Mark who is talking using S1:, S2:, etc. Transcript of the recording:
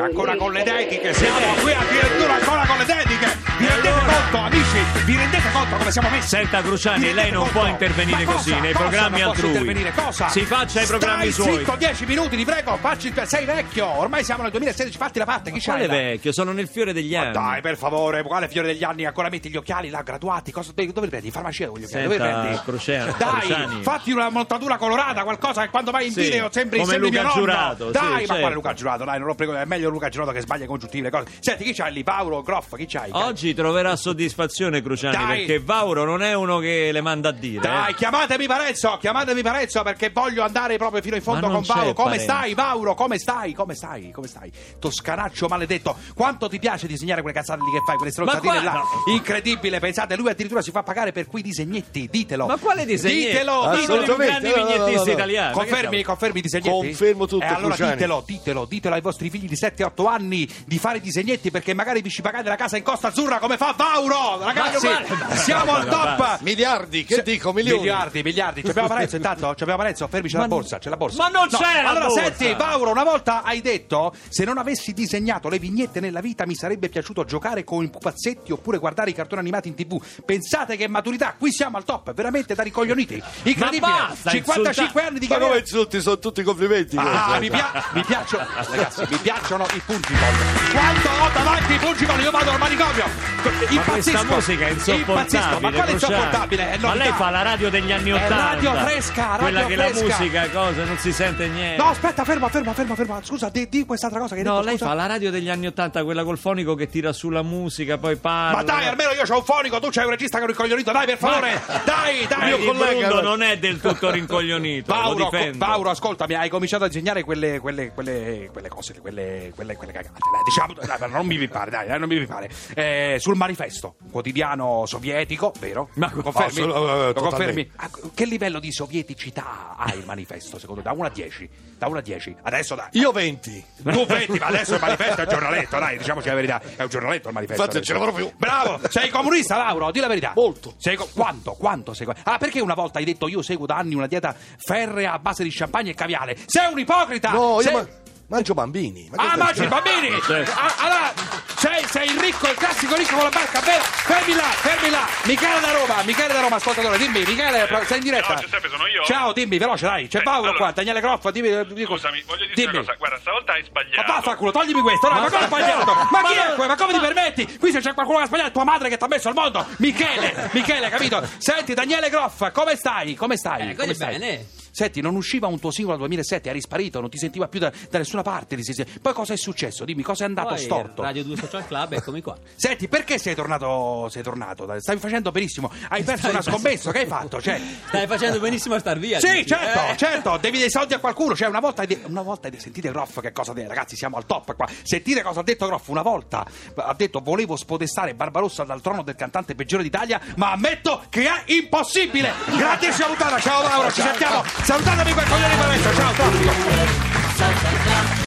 S1: Ancora con le dediche, siamo qui addirittura ancora con le dediche. Vi rendete conto, amici? Vi rendete conto come siamo messi?
S2: Senta Cruciani,
S1: Vi
S2: lei
S1: rendete
S2: non
S1: conto?
S2: può intervenire
S1: Ma
S2: così
S1: cosa?
S2: nei
S1: Cosa
S2: programmi
S1: non posso
S2: altrui.
S1: intervenire? Cosa?
S2: Si faccia i programmi
S1: Stai
S2: suoi.
S1: zitto, 10 minuti, ti prego, facci sei vecchio. Ormai siamo nel 2016, fatti la parte, chi
S2: Quale
S1: c'hai? là?
S2: vecchio? Sono nel fiore degli anni.
S1: Dai, per favore, quale fiore degli anni? Ancora metti gli occhiali là, graduati. Cosa, dove li prendi? In farmacia voglio occhiali, dove li prendi?
S2: Senta, Cruciani,
S1: Dai,
S2: Cruciani.
S1: fatti una montatura colorata, qualcosa che quando vai in
S2: Sì,
S1: video sembri,
S2: come
S1: sembri
S2: Luca
S1: mio nonno.
S2: Giurato, sì,
S1: Dai, ma
S2: certo.
S1: quale Luca Giurato? Dai, non lo prego, è meglio Luca Giurato che sbaglia i congiuntivi le cose. Senti, chi c'hai lì? Paolo, Groff, chi c'hai?
S2: Oggi troverà soddisfazione Cruciani
S1: Dai.
S2: perché Vauro non è uno che le manda a dire.
S1: Dai,
S2: eh.
S1: chiamatemi Parezzo, chiamatemi Parezzo perché voglio andare proprio fino in fondo
S2: Ma
S1: con
S2: non
S1: Paolo.
S2: c'è
S1: Come
S2: Parezzo.
S1: stai, Paolo? Come stai? Come stai? Come stai? Toscanaccio maledetto, quanto ti piace disegnare quelle cazzate lì che fai, quelle stronzatine là?
S2: guarda-
S1: Incredibile, pensate, lui addirittura si fa pagare per quei disegnetti, ditelo.
S2: Ma quale Ah, disegno?
S1: Ditelo,
S2: Uno dei
S1: ditelo.
S2: più grandi
S3: Assolutamente, no, no, no,
S2: vignettisti
S3: no.
S2: italiani. Ma che
S1: Confermi,
S2: siamo?
S1: confermi i disegnetti?
S3: Confermo tutto,
S1: E allora
S3: Cruciani.
S1: ditelo, ditelo, ditelo ai vostri figli di 7-8 anni di fare i disegnetti perché magari vi ci pagate la casa in Costa Azzurra come fa Vauro! Ragazzi,
S2: guarda-
S1: siamo al top!
S3: Ah, Miliardi, che dico, milioni.
S1: Miliardi, miliardi. Ci abbiamo Parezzo intanto? Ci abbiamo Parezzo? Fermi, c'è la borsa, c'è la borsa.
S2: ma non
S1: No,
S2: c'è la
S1: Allora,
S2: borsa!
S1: senti, Mauro, una volta hai detto se non avessi disegnato le vignette nella vita mi sarebbe piaciuto giocare con i pupazzetti oppure guardare i cartoni animati in tv. Pensate che maturità, qui siamo al top, veramente da ricoglioniti. Incredibile.
S2: Ma basta
S1: 55
S2: insultare.
S1: anni di
S3: Ma come
S1: carriera.
S3: insulti sono tutti complimenti.
S1: Ah,
S3: questo.
S1: mi, pia- mi piacciono, ragazzi, mi piacciono i fungiball. Quando ho davanti i fungiball io vado al manicomio.
S2: Ma
S1: Impazzisco.
S2: questa musica è
S1: Impazzisco.
S2: insopportabile.
S1: Ma quale
S2: Cruciani?
S1: insopportabile? È
S2: Ma lei
S1: novità.
S2: fa la radio degli anni
S1: È
S2: Ottanta.
S1: radio fresca, radio
S2: Quella che la
S1: fresca.
S2: musica, cosa, non si sente niente.
S1: No, aspetta, ferma, ferma, ferma, ferma. Scusa, di, di quest'altra cosa che hai
S2: No,
S1: detto.
S2: lei
S1: scusa.
S2: fa la radio degli anni Ottanta, quella col fonico che tira sulla musica, poi parla.
S1: Ma dai, almeno io c'ho un fonico, tu c'hai un regista che è un ricoglionito, dai, per favore! Dai, dai!
S2: Il
S3: collega,
S2: Brundo
S3: guarda.
S2: non è del tutto rincoglionito. lo
S1: Paolo, co-
S2: difendo.
S1: Paolo, ascoltami, hai cominciato a disegnare quelle, quelle, quelle, quelle cose, quelle, quelle, quelle cagate. dai, diciamo, dai, non mi pare, dai, dai, non mi pare. Eh, sul manifesto, quotidiano sovietico, vero?
S2: Ma-
S1: confermi?
S3: Assolut- eh,
S1: Lo
S3: totalmente.
S1: confermi? Ah, che livello di sovieticità ha il manifesto, secondo te? Da 1 a 10? Da 1 a 10? Adesso dai.
S3: Io 20.
S1: Tu vedi, ma adesso il manifesto è un giornaletto, dai, diciamoci la verità. È un giornaletto il manifesto.
S3: Infatti, non ce l'avrò più.
S1: Bravo, sei comunista, Lauro, di la verità.
S3: Molto.
S1: Sei co- quanto, quanto sei co- Ah, perché una volta hai detto io seguo da anni una dieta ferrea a base di champagne e caviale? Sei un ipocrita!
S3: No, io
S1: sei...
S3: ma- mangio bambini. Ma
S1: Ah,
S3: che-
S1: mangi i bambini!
S2: Certo.
S1: Ah, allora, sei, sei il ricco, il classico ricco con la barca, vero? Fermi là, fermi là! Michele da Roma, Michele da Roma, ascoltatore, dimmi, Michele, sei in diretta.
S4: Ciao, Eh, Giuseppe, sono io.
S1: Ciao, dimmi, veloce, dai, c'è
S4: Eh,
S1: Paolo
S4: allora-
S1: qua, Daniele Croffa, dimmi. dimmi-
S4: Scusami, voglio dirti
S1: dimmi.
S4: una cosa. Guarda, stavolta hai sbagliato.
S1: Ma vaffanculo, toglimi questo, no, ma cosa ho sbagliato? Ma chi è qua? Ma come ti permetti? Qui se c'è qualcuno che ha sbagliato, è tua madre che ti ha messo al mondo, Michele, Michele, capito? Senti, Daniele Groff, come stai? Come stai?
S5: Eh,
S1: come
S5: così
S1: stai?
S5: bene.
S1: Senti, non usciva un tuo singolo dal 2007, eri sparito, non ti sentiva più da, da nessuna parte. ti sei- Poi cosa è successo? Dimmi, cosa è andato
S5: Poi eh,
S1: storto?
S5: Radio 2 Social Club, eccomi qua.
S1: Senti, perché sei tornato? Sei tornato? Dai, Stavi facendo benissimo, hai perso una scommessa, che hai fatto? Cioè,
S5: Stai facendo benissimo a star via.
S1: Sì,
S5: dici?
S1: certo,
S5: Eh.
S1: certo, devi dei soldi a qualcuno. Cioè, una volta, una volta sentite Groff che cosa ha detto, ragazzi, siamo al top qua. Sentite cosa ha detto Groff una volta. Ha detto volevo spodestare Barbarossa dal trono del cantante peggiore d'Italia, ma ammetto che è impossibile. Grazie salutata, ciao Laura, ci sentiamo. Salutatemi quel coglione di Parenzo, ciao, traffico.